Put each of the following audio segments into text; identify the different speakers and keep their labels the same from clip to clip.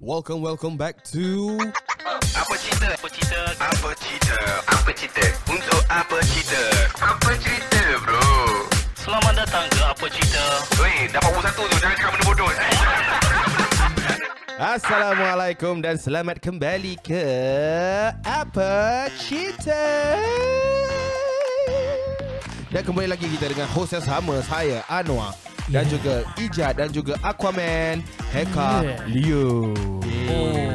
Speaker 1: Welcome, welcome back to
Speaker 2: Apa cerita? Apa cerita? Apa cerita? Apa cerita? Untuk apa cerita? Apa cerita bro?
Speaker 3: Selamat datang ke Apa Cerita
Speaker 2: Weh, dapat buku satu tu. Jangan cakap benda bodoh. Eh.
Speaker 1: Assalamualaikum dan selamat kembali ke Apa Cerita Dan kembali lagi kita dengan host yang sama Saya Anwar Dan juga Ijat Dan juga Aquaman Heka
Speaker 4: Yeah. Oh.
Speaker 1: Leo Eh,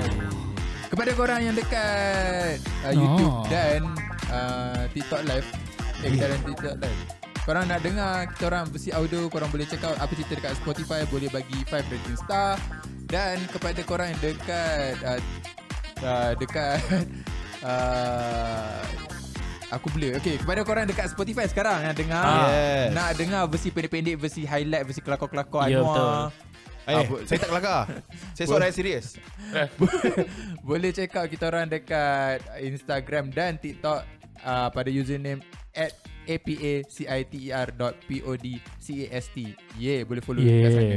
Speaker 5: Kepada korang yang dekat uh, YouTube
Speaker 4: Oh.
Speaker 5: dan uh, TikTok live Eh, kita dalam TikTok live Korang nak dengar kita orang versi audio Korang boleh check out apa cerita dekat Spotify Boleh bagi 5 rating star Dan kepada korang yang dekat uh, uh, Dekat uh, Aku blur Okay kepada korang dekat Spotify sekarang Yang dengar
Speaker 4: Ah.
Speaker 1: Yes.
Speaker 5: Nak dengar versi pendek-pendek Versi highlight Versi kelakor-kelakor
Speaker 4: Ya,
Speaker 5: Anwar
Speaker 4: betul.
Speaker 1: Eh,
Speaker 5: Apa-
Speaker 1: saya tak kelakar Saya seorang yang serius
Speaker 5: Boleh check out kita orang dekat Instagram dan TikTok uh, pada username at E apaciter.podcast. Yeah, boleh follow yeah. kat sana.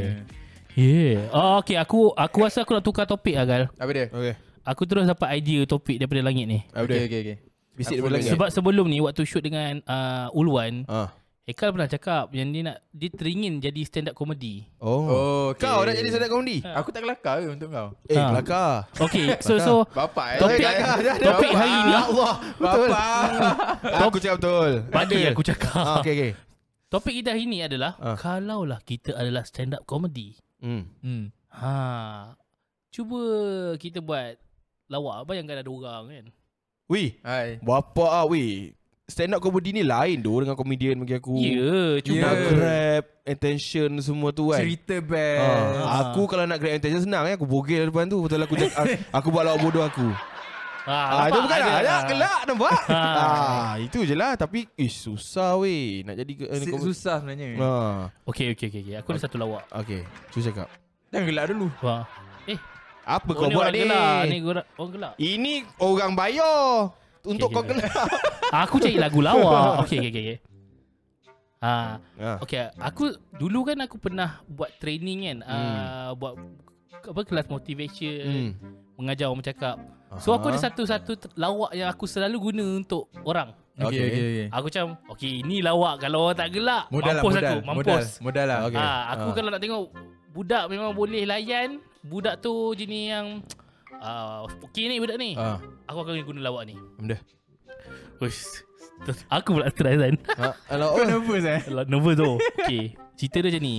Speaker 4: Yeah. Yeah. Oh, okay. Aku aku rasa aku nak tukar topik lah, Gal.
Speaker 5: Apa dia?
Speaker 1: Okay
Speaker 4: Aku terus dapat idea topik daripada langit ni.
Speaker 1: Apa
Speaker 5: okay,
Speaker 1: dia?
Speaker 5: okay, okay.
Speaker 1: Bisik
Speaker 5: Aku
Speaker 1: daripada
Speaker 5: boleh.
Speaker 1: langit
Speaker 4: Sebab sebelum ni waktu shoot dengan uh, Ulwan,
Speaker 1: ah.
Speaker 4: Hekal pernah cakap yang dia nak dia teringin jadi stand up comedy.
Speaker 1: Oh.
Speaker 5: Oh, okay.
Speaker 1: Kau dah jadi sedap komedi?
Speaker 5: Aku tak kelakar ke untuk kau?
Speaker 1: Eh,
Speaker 4: Ah.
Speaker 1: kelakar
Speaker 4: Okay, so so
Speaker 5: Bapak eh.
Speaker 4: Topik-
Speaker 5: Kau kelakar.
Speaker 1: dah, dah.
Speaker 4: topik hari ni
Speaker 1: Ya Allah Betul
Speaker 5: Bapak.
Speaker 1: Aku cakap betul
Speaker 4: bagi
Speaker 1: Betul.
Speaker 4: aku cakap.
Speaker 1: ah, Okay okay
Speaker 4: Topik kita hari ni adalah
Speaker 1: Ah.
Speaker 4: kalaulah kita adalah stand up comedy.
Speaker 1: hmm.
Speaker 5: hmm.
Speaker 4: Ha. Cuba kita buat lawak bayangkan ada orang kan.
Speaker 1: Wih
Speaker 5: Hai.
Speaker 1: Bapa ah weh. Stand up comedy ni lain doh dengan komedian bagi aku.
Speaker 4: Ya, yeah, cuba
Speaker 1: Nak
Speaker 5: Ya.
Speaker 1: grab attention semua tu kan.
Speaker 5: Cerita best.
Speaker 1: Ah, aku kalau nak grab attention senang eh aku bogel depan tu betul aku cakap, aku, aku buat lawak bodoh aku. Ah,
Speaker 4: Ah,
Speaker 1: itu
Speaker 4: nampak
Speaker 1: bukan lah. Ada
Speaker 4: lah.
Speaker 1: gelak nampak.
Speaker 4: Ha.
Speaker 1: ah, itu je lah tapi eh susah weh nak jadi eh,
Speaker 5: Si-
Speaker 1: komedi.
Speaker 5: Susah sebenarnya.
Speaker 1: Ah,
Speaker 4: Okey okey okey okey. Aku ada satu lawak.
Speaker 1: okey. Cuba cakap.
Speaker 5: Jangan gelak dulu.
Speaker 4: Wah. Eh,
Speaker 1: Apa
Speaker 4: oh,
Speaker 1: kau
Speaker 4: ni
Speaker 1: buat
Speaker 4: orang
Speaker 1: ni?
Speaker 4: gelak. Ni orang, orang gelak.
Speaker 1: Ini orang bayar untuk
Speaker 4: Okey,
Speaker 1: kau
Speaker 4: okey.
Speaker 1: gelak.
Speaker 4: Ah, Aku cari lagu lawak. Okey okey okey. okey. Ah,
Speaker 1: Ah,
Speaker 4: okey. Aku dulu kan aku pernah buat training kan. Ah, buat apa kelas motivation,
Speaker 1: Hmm.
Speaker 4: mengajar orang bercakap. So aku ada satu-satu t- lawak yang aku selalu guna untuk orang.
Speaker 1: Okey.
Speaker 5: okay.
Speaker 4: Aku macam, okey ini lawak kalau orang tak gelak,
Speaker 5: Modal lah,
Speaker 4: mampus
Speaker 5: modal.
Speaker 4: aku, mampus.
Speaker 5: Modal, modal lah.
Speaker 1: Okey.
Speaker 4: Okay. Ha, aku
Speaker 1: Ah.
Speaker 4: ha. kalau nak tengok budak memang boleh layan. Budak tu jenis yang uh, okey ni budak ni.
Speaker 1: Ah,
Speaker 4: Aku akan guna lawak ni.
Speaker 1: benda.
Speaker 4: Uish. Terus Aku pula try kan.
Speaker 1: Ha, alah,
Speaker 5: Kau
Speaker 1: oh.
Speaker 5: nervous eh?
Speaker 4: Lah, Nervous tu. Okey. Cerita dia macam ni.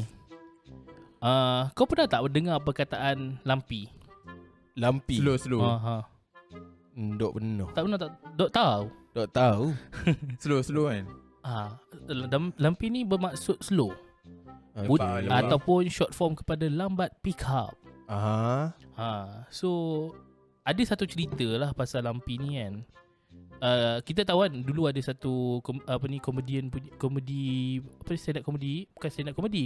Speaker 4: Uh, kau pernah tak dengar perkataan lampi?
Speaker 1: Lampi. Hmm,
Speaker 5: Slow, slow.
Speaker 4: Ha, ha.
Speaker 1: Dok benar.
Speaker 4: Tak pernah tak? Dok tahu.
Speaker 1: Tak tahu.
Speaker 5: Slow, slow kan?
Speaker 4: Ah, lam- lampi ni bermaksud slow
Speaker 1: Ah,
Speaker 4: Bud-
Speaker 1: lepak, lepak.
Speaker 4: ataupun short form kepada lambat pick up.
Speaker 1: Ah.
Speaker 4: Ha, so ada satu cerita lah pasal Lampi ni kan. Uh, kita tahu kan dulu ada satu kom, apa ni komedian punya- komedi apa ni, stand up komedi bukan stand up komedi.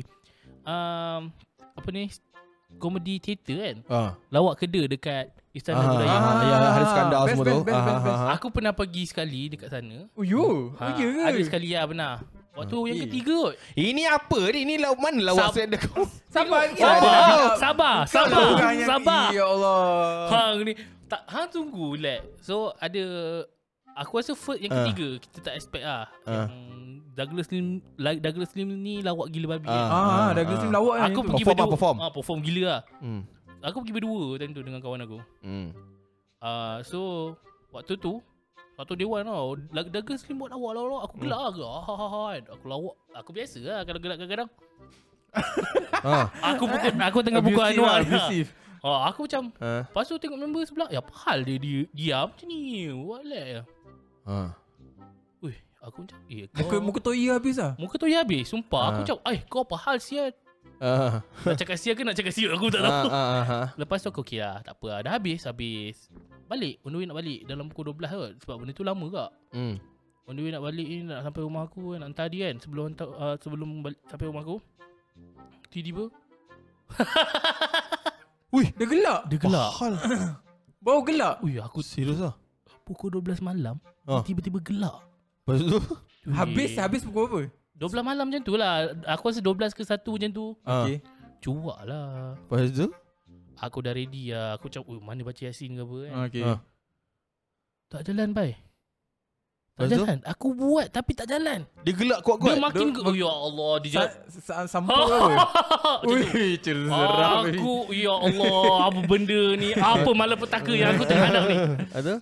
Speaker 4: Um, apa ni komedi teater kan.
Speaker 1: Ah.
Speaker 4: Lawak keda dekat
Speaker 1: Ah,
Speaker 4: Istana Budaya.
Speaker 1: ah, yang Haris Kandar
Speaker 5: Best,
Speaker 1: semua
Speaker 5: best,
Speaker 1: tu.
Speaker 5: best, best,
Speaker 1: Ah,
Speaker 5: best.
Speaker 1: ah, ah.
Speaker 4: Aku pernah pergi sekali dekat sana.
Speaker 5: Oh yo, ha, oh ya ke?
Speaker 4: ada sekali ya benar. Waktu yang
Speaker 5: Eh.
Speaker 4: ketiga kot.
Speaker 1: Ini apa ni? Ini law mana lah lawak
Speaker 4: Sab-
Speaker 1: saya ada kau?
Speaker 5: Sabar lagi.
Speaker 4: Sabar, sabar, sabar, sabar. Ha.
Speaker 5: Ya Allah.
Speaker 4: Hang ni tak hang tunggu relax. So ada aku rasa first yang
Speaker 1: Ah.
Speaker 4: ketiga kita tak expect ah.
Speaker 1: Ah.
Speaker 4: Yang Douglas Lim la- Douglas Lim ni lawak gila babi.
Speaker 1: Ah.
Speaker 4: kan.
Speaker 5: Ah, dah
Speaker 1: Ah.
Speaker 5: gesim lawak ni.
Speaker 4: Aku
Speaker 5: tu.
Speaker 4: pergi
Speaker 1: Perform
Speaker 4: berdua.
Speaker 1: ah, perform.
Speaker 4: Ah, perform gila lah.
Speaker 1: Hmm.
Speaker 4: Aku pergi berdua time tu dengan kawan aku.
Speaker 1: Hmm.
Speaker 4: Ah, so waktu tu Waktu dewan tau Lag- Douglas Lim buat lawak lawak Aku gelak lah gelak. Ah, ah, ah, kan. Aku lawak Aku biasa lah Kalau gelak kadang-kadang
Speaker 1: Ah.
Speaker 4: Aku pukul Aku tengah pukul
Speaker 5: Abusive
Speaker 4: Anwar
Speaker 5: lah,
Speaker 4: ni lah.
Speaker 5: abusive.
Speaker 4: ah, Aku macam
Speaker 5: Ha?
Speaker 1: Ah.
Speaker 4: Lepas tu tengok member sebelah Ya apa hal dia, dia Diam macam ni What like
Speaker 1: Ah.
Speaker 4: Wih, aku macam eh, kau...
Speaker 5: Muka Ha. muka toya habis ah.
Speaker 4: muka tu ya habis Sumpah
Speaker 1: Ah.
Speaker 4: aku macam Eh kau apa hal sial
Speaker 1: Ah.
Speaker 4: Nak cakap sial ke nak cakap sial Aku tak
Speaker 5: Ha.
Speaker 4: tahu
Speaker 1: Ah, ah, ah, ah.
Speaker 4: Lepas tu aku okay lah Tak apa lah Dah habis Habis Balik On the way nak balik Dalam pukul 12 kot Sebab benda tu lama kak
Speaker 1: Hmm.
Speaker 4: On the way nak balik ni Nak sampai rumah aku Nak hantar dia kan Sebelum hantar, uh, sebelum balik, sampai rumah aku Tiba-tiba
Speaker 5: Dia gelak.
Speaker 4: Dia gelak
Speaker 1: Bahal.
Speaker 5: Bau gelak.
Speaker 4: Ui aku
Speaker 1: Serius ah.
Speaker 4: Pukul 12 malam
Speaker 1: Ah.
Speaker 4: dia Tiba-tiba gelak
Speaker 1: Lepas tu
Speaker 4: Ui.
Speaker 5: Ha. Habis habis pukul apa?
Speaker 4: 12 malam macam tu lah Aku rasa 12 ke 1 macam tu
Speaker 1: Ah.
Speaker 5: Okey.
Speaker 4: Cuak lah
Speaker 1: Lepas tu
Speaker 4: Aku dah ready lah Aku macam oh, Mana baca Yasin ke apa kan
Speaker 5: Okay.
Speaker 1: Ah.
Speaker 4: Tak jalan bai Tak
Speaker 1: Lepas tu?
Speaker 4: jalan Aku buat Tapi tak jalan
Speaker 1: Dia gelak
Speaker 4: Dia
Speaker 1: kuat-kuat.
Speaker 4: makin
Speaker 5: dia-
Speaker 4: ke- Oh ya Allah Dia
Speaker 5: Sa,
Speaker 4: jalan
Speaker 5: sa, sampul apa?
Speaker 4: Macam tu.
Speaker 5: Ui, cerah.
Speaker 4: Aku Ya Allah Apa benda ni Apa malapetaka Yang aku tengah hadap ni
Speaker 1: Ada?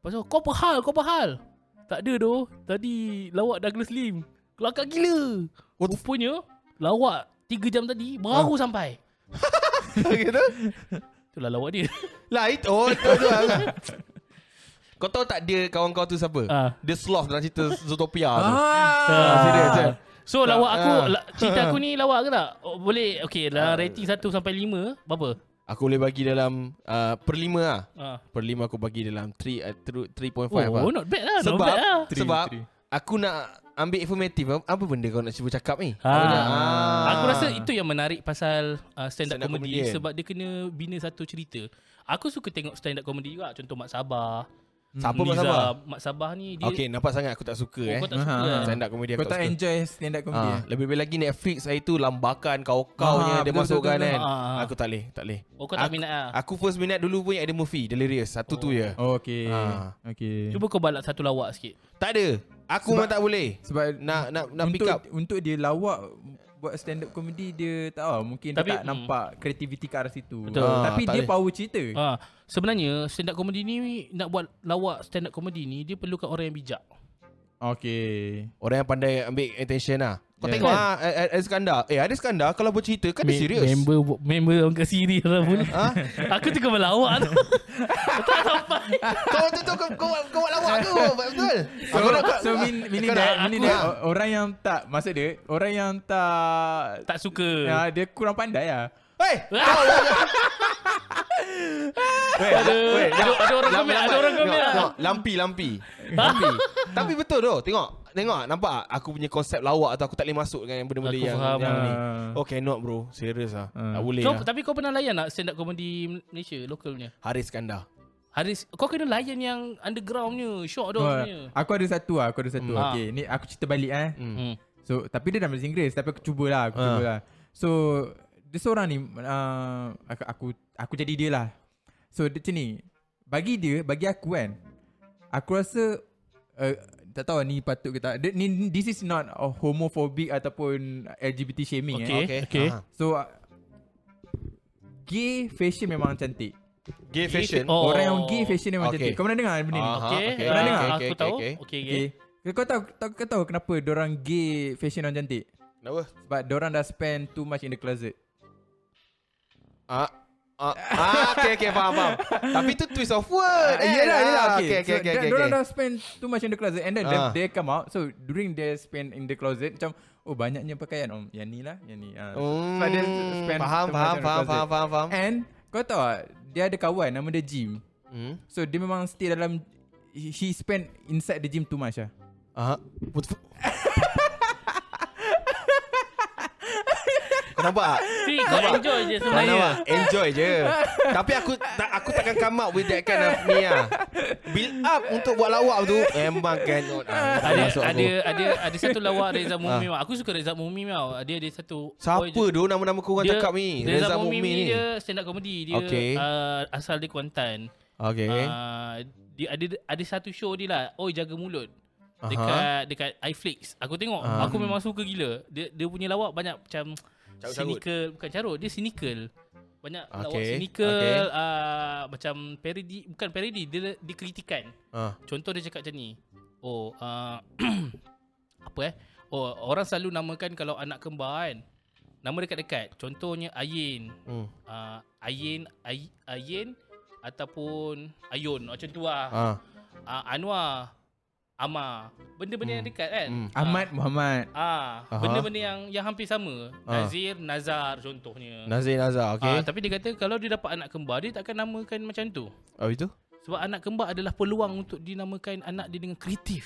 Speaker 4: Lepas tu Kau apa hal Kau apa hal Tak ada doh Tadi Lawak Douglas Lim Kelakar gila
Speaker 1: What the Ah. f-
Speaker 4: Rupanya Lawak 3 jam tadi Baru sampai
Speaker 1: Gitu?
Speaker 4: Itulah lawak dia
Speaker 1: Lah itu oh, itu tu lah. Kau tahu tak dia kawan kau tu siapa?
Speaker 4: Ah.
Speaker 1: Dia sloth dalam cerita Zootopia tu.
Speaker 5: Ah.
Speaker 1: serious, eh?
Speaker 4: So lawak aku
Speaker 1: ah.
Speaker 4: la, Cerita aku ni lawak ke tak oh, Boleh Okay lah rating 1 sampai 5 Berapa
Speaker 1: Aku boleh bagi dalam uh, per lima lah.
Speaker 4: ah.
Speaker 1: Per lima aku bagi dalam 3 uh, through 3.5
Speaker 4: Oh
Speaker 1: lah.
Speaker 4: not bad lah Not
Speaker 1: Sebab
Speaker 4: bad lah
Speaker 5: Three,
Speaker 1: sebab
Speaker 5: three.
Speaker 1: aku nak ambil informatif apa, apa benda kau nak cuba cakap ni?
Speaker 4: Ha.
Speaker 5: Ah.
Speaker 1: Aku nak, ah.
Speaker 4: Aku rasa itu yang menarik pasal uh, stand
Speaker 1: Stand-up
Speaker 4: up
Speaker 1: kan?
Speaker 4: comedy
Speaker 1: comedian.
Speaker 4: sebab dia kena bina satu cerita. Aku suka tengok stand up comedy juga. Contoh Mak Sabah.
Speaker 1: Hmm. Siapa Mak
Speaker 4: Nizam.
Speaker 1: Sabah?
Speaker 4: Mak Sabah ni dia
Speaker 1: Okay nampak sangat aku tak suka
Speaker 4: oh,
Speaker 1: eh.
Speaker 4: kau tak suka.
Speaker 5: Aha.
Speaker 4: kan?
Speaker 1: Stand up comedy aku
Speaker 5: Kau tak
Speaker 1: suka.
Speaker 5: enjoy stand up
Speaker 1: Ah,
Speaker 5: comedy? eh?
Speaker 1: lebih-lebih lagi Netflix hari tu lambakan kau-kaunya
Speaker 5: Ah,
Speaker 1: dia
Speaker 5: betul,
Speaker 1: masukkan
Speaker 5: betul,
Speaker 1: kan.
Speaker 4: betul. Ah, ah.
Speaker 1: Aku tak leh, tak leh.
Speaker 4: Oh kau tak
Speaker 1: Aku-
Speaker 4: minat ah.
Speaker 1: Aku first minat dulu pun yang ada movie Delirious Satu tu je
Speaker 5: Oh, okay.
Speaker 1: Ah.
Speaker 5: Okay.
Speaker 4: Cuba kau balak satu lawak sikit.
Speaker 1: Tak ada Aku
Speaker 5: Sebab-
Speaker 1: memang tak boleh
Speaker 5: Sebab
Speaker 1: Nak nak nak
Speaker 5: untuk,
Speaker 1: pick up
Speaker 5: Untuk dia lawak buat stand up comedy dia tak tahu mungkin
Speaker 4: Tapi,
Speaker 5: Tapi, dia tak
Speaker 4: mm.
Speaker 5: nampak kreativiti ke arah situ.
Speaker 4: Betul.
Speaker 5: Ah, Tapi
Speaker 1: tak
Speaker 5: dia
Speaker 1: boleh.
Speaker 5: power cerita.
Speaker 4: Ah, sebenarnya stand up comedy ni nak buat lawak stand up comedy ni dia perlukan orang yang bijak.
Speaker 5: Okay.
Speaker 1: Orang yang pandai ambil attention lah Kau
Speaker 4: Kan?
Speaker 5: Ya.
Speaker 1: tengok ah A- A- Iskandar Eh ada Iskandar Kalau bercerita kan dia
Speaker 4: Me-
Speaker 1: serius Ha?
Speaker 4: Member member orang kat serius lah pun. Aku tengah berlawak tu. tak sampai.
Speaker 1: Kau tu tu kau- kau kau buat lawak tu Betul
Speaker 5: So,
Speaker 1: Aku nak
Speaker 5: so min, min
Speaker 4: Kau
Speaker 5: that,
Speaker 4: nak- aku-
Speaker 5: meaning that, o- orang yang tak maksud dia orang yang tak
Speaker 4: Tak suka.
Speaker 5: ya, dia kurang pandai lah.
Speaker 1: Hei Weh,
Speaker 4: Aduh,
Speaker 1: weh,
Speaker 4: ada, ada orang
Speaker 1: lam-
Speaker 4: komen,
Speaker 1: lam-
Speaker 4: ada orang
Speaker 1: tengok,
Speaker 4: komen. lah.
Speaker 1: tengok, Lampi Lampi Lampi Tapi betul tu Tengok Tengok nampak tak? Aku punya konsep lawak tu Aku tak boleh masuk dengan benda-benda
Speaker 4: Aku
Speaker 1: yang,
Speaker 4: faham
Speaker 1: yang ni
Speaker 5: Ah.
Speaker 1: Oh cannot bro Serius lah
Speaker 5: Ah.
Speaker 1: Tak boleh
Speaker 4: Kau,
Speaker 1: lah
Speaker 4: tapi kau pernah layan tak stand up comedy Malaysia lokalnya?
Speaker 1: Haris Kandar
Speaker 4: Haris, kau kena layan yang undergroundnya, shock tu
Speaker 5: Oh,
Speaker 4: sebenarnya.
Speaker 5: aku ada satu lah, aku ada satu.
Speaker 4: Hmm.
Speaker 5: Okay, ni aku cerita balik eh.
Speaker 4: Hmm.
Speaker 5: So tapi dia dalam bahasa Inggeris tapi aku cubalah, aku
Speaker 1: Ah.
Speaker 5: cubalah. So dia seorang ni uh, aku, aku aku jadi dia lah. So dia macam ni. Bagi dia, bagi aku kan. Aku rasa uh, tak tahu ni patut ke tak. Dia, ni, this is not a homophobic ataupun LGBT shaming
Speaker 4: Okay.
Speaker 5: eh.
Speaker 4: okay.
Speaker 1: Ah.
Speaker 5: So uh, gay fashion memang cantik.
Speaker 1: Gay fashion
Speaker 4: Oh.
Speaker 5: Orang yang gay fashion memang
Speaker 1: Okay.
Speaker 5: okay. cantik. Kau pernah dengar benda ni?
Speaker 1: Aha,
Speaker 4: Okay,
Speaker 1: okay,
Speaker 4: ah,
Speaker 5: okay, okay,
Speaker 4: aku
Speaker 1: okay,
Speaker 4: tahu.
Speaker 1: okay.
Speaker 4: Okay, okay.
Speaker 5: Okay. Kau tahu tahu- kau tahu kenapa orang gay fashion orang cantik?
Speaker 1: Kenapa?
Speaker 5: Sebab orang dah spend too much in the closet.
Speaker 1: Ah, ah, ah, okay, okay, faham, faham. Tapi tu twist of word.
Speaker 5: Ah, yelah, yelah.
Speaker 1: Ah, Eh, Okay, okay,
Speaker 5: So,
Speaker 1: okay,
Speaker 5: dia-
Speaker 1: okay.
Speaker 5: Diorang
Speaker 1: okay.
Speaker 5: dah spend too much in the closet and then
Speaker 1: Ah.
Speaker 5: they, they come out. So during they spend in the closet macam oh banyaknya pakaian oh yang ni lah, yang ni. Ah.
Speaker 1: Hmm,
Speaker 5: Sebab dia
Speaker 1: faham,
Speaker 5: too
Speaker 1: faham,
Speaker 5: much in the
Speaker 1: faham,
Speaker 5: closet.
Speaker 1: faham, faham, faham.
Speaker 5: And kau tahu tak, dia ada kawan nama dia Jim.
Speaker 1: Hmm.
Speaker 5: So dia memang stay dalam he, he spend inside the gym too much lah.
Speaker 1: Ah, what the f- Kau nampak tak?
Speaker 4: See, kau enjoy je
Speaker 1: Kau
Speaker 4: sebenarnya.
Speaker 1: nampak? Enjoy je. Tapi aku tak, aku takkan come up with that kind of ni lah. Build up untuk buat lawak tu. Memang cannot. Ah, tak
Speaker 4: Ada
Speaker 1: masuk aku. Ha.
Speaker 4: ada ada ada satu lawak Reza Mumi. tau. Aku suka Reza Mumi tau. Dia ada satu
Speaker 1: Siapa tu nama-nama korang
Speaker 4: Dia-
Speaker 1: cakap ni?
Speaker 4: Reza Mumi ni dia stand up comedy. Dia
Speaker 1: Okay.
Speaker 4: ah, asal dia Kuantan.
Speaker 1: Okay.
Speaker 4: Ah, dia ada ada satu show dia lah. Oi jaga mulut.
Speaker 1: Aha.
Speaker 4: Dekat dekat iFlix. Aku tengok
Speaker 1: Ah.
Speaker 4: aku memang suka gila. Dia dia punya lawak banyak macam
Speaker 1: Carut-carut.
Speaker 4: cynical, bukan carut, dia cynical. Banyak okay. lawak
Speaker 1: Okay,
Speaker 4: cynical,
Speaker 1: okay.
Speaker 4: okay. uh, macam parody, bukan parody, dia dia kritikan.
Speaker 1: Ah.
Speaker 4: Contoh dia cakap macam ni. Oh, uh, apa eh? Oh, orang selalu namakan kalau anak kembar kan. Nama dekat-dekat. Contohnya Ayin.
Speaker 1: Hmm.
Speaker 4: Uh, Ayin, Ay, Ayin ataupun Ayun. Macam tu lah.
Speaker 1: Ah.
Speaker 4: Uh, Anwar, Amar. Benda-benda yang dekat kan.
Speaker 1: Hmm.
Speaker 4: Ah,
Speaker 5: Ahmad Muhammad.
Speaker 4: Ah,
Speaker 1: Aha.
Speaker 4: benda-benda yang yang hampir sama.
Speaker 1: Ah.
Speaker 4: Nazir, Nazar contohnya.
Speaker 1: Nazir Nazar,
Speaker 4: okay.
Speaker 1: okay.
Speaker 4: tapi dia kata kalau dia dapat anak kembar, dia takkan namakan macam tu.
Speaker 1: Habis tu?
Speaker 4: Sebab anak kembar adalah peluang untuk dinamakan anak dia dengan kreatif.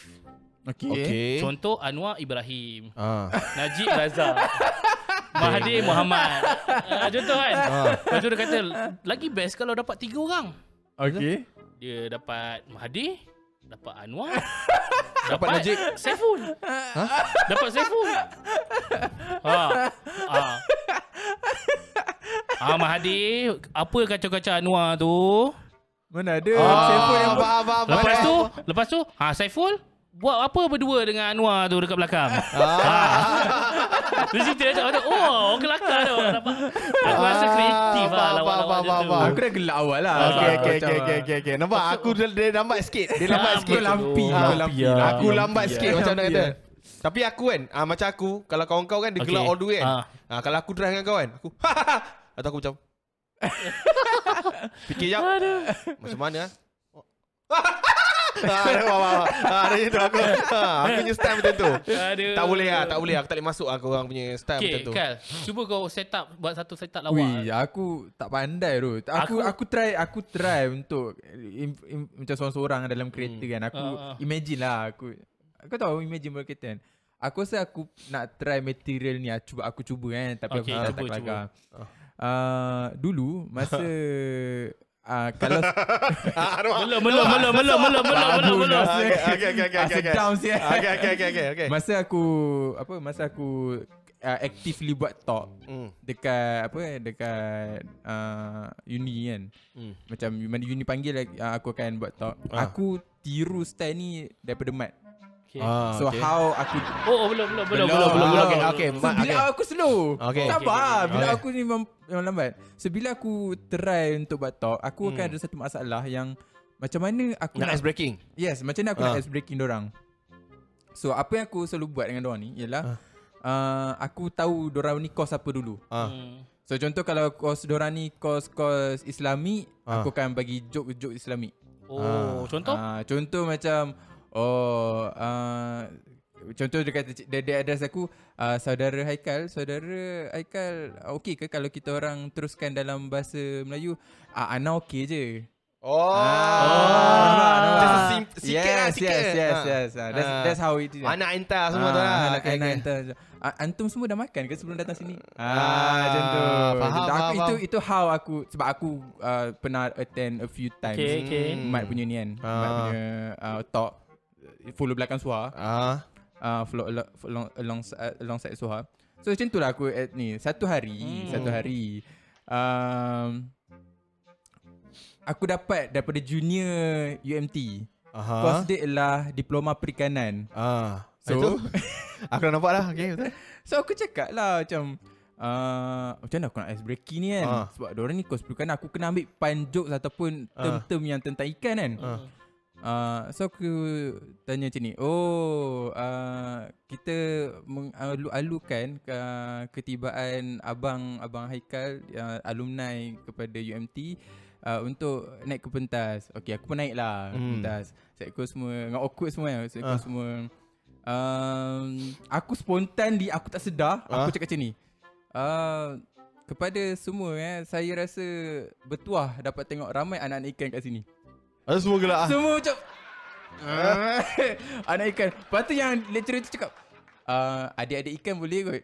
Speaker 5: Okay.
Speaker 1: Okay.
Speaker 4: Contoh Anwar Ibrahim,
Speaker 1: Ah.
Speaker 4: Najib Razak, Mahathir Mohamad. Ah, contoh kan? Lepas tu dia kata, lagi best kalau dapat tiga orang.
Speaker 5: Okay.
Speaker 4: Dia dapat Mahathir, dapat Anwar,
Speaker 1: Dapat Najib.
Speaker 4: Saiful. Dapat Saiful. ha. ha. Ah Mahathir, apa kacau-kacau Anwar tu?
Speaker 5: Mana ada
Speaker 1: Ah,
Speaker 5: Saiful yang
Speaker 1: faham, faham,
Speaker 4: Lepas
Speaker 1: faham.
Speaker 4: tu, lepas tu, ha Saiful buat apa berdua dengan Anwar tu dekat belakang?
Speaker 1: Ah.
Speaker 4: Ha. Di situ dia cakap, oh, kelakar tu. Aku rasa kreatif lah
Speaker 1: Ah, faham,
Speaker 4: lawan-lawan
Speaker 1: faham,
Speaker 4: macam tu.
Speaker 1: faham,
Speaker 5: Aku dah gelak awal lah
Speaker 1: Okey okey okey okey okey okey. Nampak aku dia, dia lambat sikit. Dia lambat
Speaker 4: Ah,
Speaker 1: sikit.
Speaker 5: Kau lampi
Speaker 1: Ah,
Speaker 5: Kau lampi
Speaker 4: lampi, eh.
Speaker 1: Aku lambat sikit macam nak kata.
Speaker 5: Lampian.
Speaker 1: Tapi aku kan, ah, macam aku, kalau kawan kau kan dia
Speaker 4: Okey.
Speaker 1: gelak all the way kan.
Speaker 4: Ah.
Speaker 1: Ah, kalau aku drive dengan kau kan, aku atau aku macam Fikir jap. Macam mana ah? ah, dah, wah, wah, wah. ah, dia tu aku. Ah, aku punya style macam tu.
Speaker 4: Aduh.
Speaker 1: Tak boleh ah, tak boleh. Aku tak boleh masuk aku orang punya style macam
Speaker 4: Okay,
Speaker 1: tu.
Speaker 4: Kal, cuba kau set up buat satu set up
Speaker 5: Wih,
Speaker 4: lawak.
Speaker 5: aku tak pandai tu. Aku, aku
Speaker 4: Aku-
Speaker 5: aku try aku try untuk im, im, macam seorang-seorang dalam kereta kan. Aku
Speaker 4: Ah, ah.
Speaker 5: imagine lah aku. Kau tahu imagine dalam kereta kan. Aku rasa aku nak try material ni aku cuba aku cuba kan tapi
Speaker 4: Okay,
Speaker 5: aku tak
Speaker 4: cuba,
Speaker 5: tak
Speaker 4: cuba.
Speaker 5: kelakar. Ah, dulu masa ah, kalau
Speaker 1: Ah, aduh.
Speaker 4: Belum, belum, belum, belum, belum, belum, belum,
Speaker 5: Bagus
Speaker 4: belum.
Speaker 5: lah.
Speaker 1: Okey okey okey okey.
Speaker 5: Ah, sedap sial.
Speaker 1: Okey okey okey okey
Speaker 4: Eh.
Speaker 1: okey.
Speaker 5: masa aku apa masa aku uh, actively buat talk
Speaker 1: Hmm.
Speaker 5: dekat apa eh, dekat uh, uni kan.
Speaker 1: Hmm.
Speaker 5: Macam mana uni panggil uh, aku akan buat talk.
Speaker 1: Ah.
Speaker 5: Aku tiru style ni daripada Mat.
Speaker 4: Okay.
Speaker 1: Ah,
Speaker 5: so
Speaker 1: okey.
Speaker 5: how aku
Speaker 4: Oh, oh, belum, belum, belum,
Speaker 1: Belum,
Speaker 4: belum, belum,
Speaker 1: belum.
Speaker 4: belum.
Speaker 1: Okey, okey.
Speaker 5: So
Speaker 1: Mat,
Speaker 5: bila
Speaker 1: okey.
Speaker 5: aku slow
Speaker 1: Okey.
Speaker 4: Okey,
Speaker 5: Sabar ah.
Speaker 4: okey,
Speaker 5: Bila
Speaker 1: okey.
Speaker 5: aku ni memang, memang lambat So bila aku try untuk buat talk Aku akan ada satu masalah yang Macam mana aku
Speaker 1: Nak
Speaker 5: Hmm. nak,
Speaker 1: ice breaking.
Speaker 5: Yes macam mana aku
Speaker 1: Ah.
Speaker 5: nak ice breaking dorang So apa yang aku selalu buat dengan dorang ni Ialah uh, Aku tahu dorang ni course apa dulu
Speaker 1: Ah.
Speaker 4: Hmm.
Speaker 5: So contoh kalau course dorang ni Course-course islami
Speaker 1: Ah.
Speaker 5: Aku akan bagi joke-joke islami
Speaker 4: Oh, contoh?
Speaker 5: Ah, contoh macam oh ah, contoh dia kata dia, dia address aku ah, saudara Haikal, saudara Haikal ah, okey ke kalau kita orang teruskan dalam bahasa Melayu? Ah ana okey je. Ah,
Speaker 1: Oh.
Speaker 5: nampak, nampak.
Speaker 1: Just a sim- sikit
Speaker 5: Oh. yes,
Speaker 1: lah, sikit.
Speaker 5: Yes, yes,
Speaker 1: Ah.
Speaker 5: yes. Ah, that's,
Speaker 1: Ah.
Speaker 5: that's how it is.
Speaker 1: Anak entah semua tu lah.
Speaker 5: anak-
Speaker 1: Okay,
Speaker 5: anak
Speaker 1: okay.
Speaker 5: hantar je. Ah, antum semua dah makan ke sebelum datang sini? Ah,
Speaker 1: Ah,
Speaker 5: macam tu.
Speaker 1: faham,
Speaker 5: Macam tu. aku,
Speaker 1: faham,
Speaker 5: itu
Speaker 1: faham.
Speaker 5: itu how aku sebab aku ah, pernah attend a few times.
Speaker 4: Okay, okay.
Speaker 5: Mat punya ni kan
Speaker 1: Ah.
Speaker 5: Mat punya uh, talk Follow belakang Suha
Speaker 1: Ah.
Speaker 5: uh, Follow alo- follow alongside, alongside Suha So macam tu lah aku at ni Satu hari
Speaker 4: Hmm.
Speaker 5: Satu hari um, Aku dapat daripada junior UMT
Speaker 1: Aha.
Speaker 5: Course dia ialah Diploma Perikanan
Speaker 1: Ah.
Speaker 5: So-
Speaker 1: Itu? aku dah nampak lah. Okay, betul.
Speaker 5: So aku cakap lah macam Uh, macam mana aku nak ice breaking ni kan
Speaker 1: Ah.
Speaker 5: Sebab diorang ni course perikanan Aku kena ambil pun jokes Ataupun term-term yang tentang ikan kan
Speaker 1: Ah.
Speaker 5: Uh, so aku tanya macam ni Oh uh, Kita mengalu-alukan uh, Ketibaan abang Abang Haikal uh, Alumni kepada UMT uh, Untuk naik ke pentas Okay aku pun naik lah hmm.
Speaker 1: Hmm.
Speaker 5: Pentas Sekko semua Dengan awkward semua kan
Speaker 1: Ah.
Speaker 5: Sekko semua um, Aku spontan di Aku tak sedar
Speaker 1: Ah.
Speaker 5: Aku cakap macam ni uh, Kepada semua eh, Saya rasa Bertuah dapat tengok ramai anak-anak ikan kat sini
Speaker 1: Ada semua gelak ah.
Speaker 5: semua macam Ah, Anak ikan Lepas tu yang lecturer tu cakap ah, Adik-adik ikan boleh kot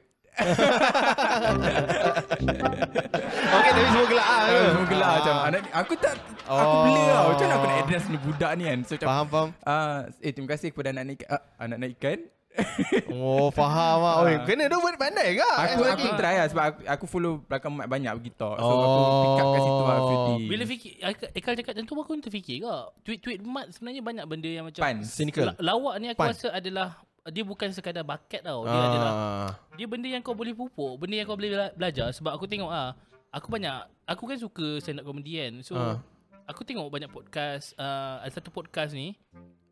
Speaker 1: Okay, tapi semua gelak ah.
Speaker 5: Ah, Semua gelak macam anak, Aku tak Aku
Speaker 1: Oh.
Speaker 5: bela tau Macam mana aku nak address ni budak ni kan So macam
Speaker 1: Faham, faham.
Speaker 5: ah, Eh terima kasih kepada anak-anak ikan ah, Anak-anak ikan
Speaker 1: Oh, faham ah. Oi, kena tu buat pandai ke?
Speaker 5: Aku
Speaker 1: Eh,
Speaker 5: aku
Speaker 1: okay.
Speaker 5: try lah Sebab aku, aku follow belakang mat banyak pergi talk So aku
Speaker 1: Oh.
Speaker 5: pick up kat situ lah few things.
Speaker 4: Bila fikir Eka- Ekal cakap macam tu pun Aku pun terfikir ke Tweet-tweet Mat sebenarnya Banyak benda yang macam
Speaker 5: Pan
Speaker 1: Cynical.
Speaker 4: La- Lawak ni aku
Speaker 1: Pan.
Speaker 4: rasa adalah Dia bukan sekadar bucket tau Dia adalah
Speaker 1: Ah.
Speaker 4: Dia benda yang kau boleh pupuk Benda yang kau boleh bela- belajar Sebab aku tengok ah Aku banyak Aku kan suka stand up comedy kan So
Speaker 1: Ah.
Speaker 4: Aku tengok banyak podcast uh, Ada satu podcast ni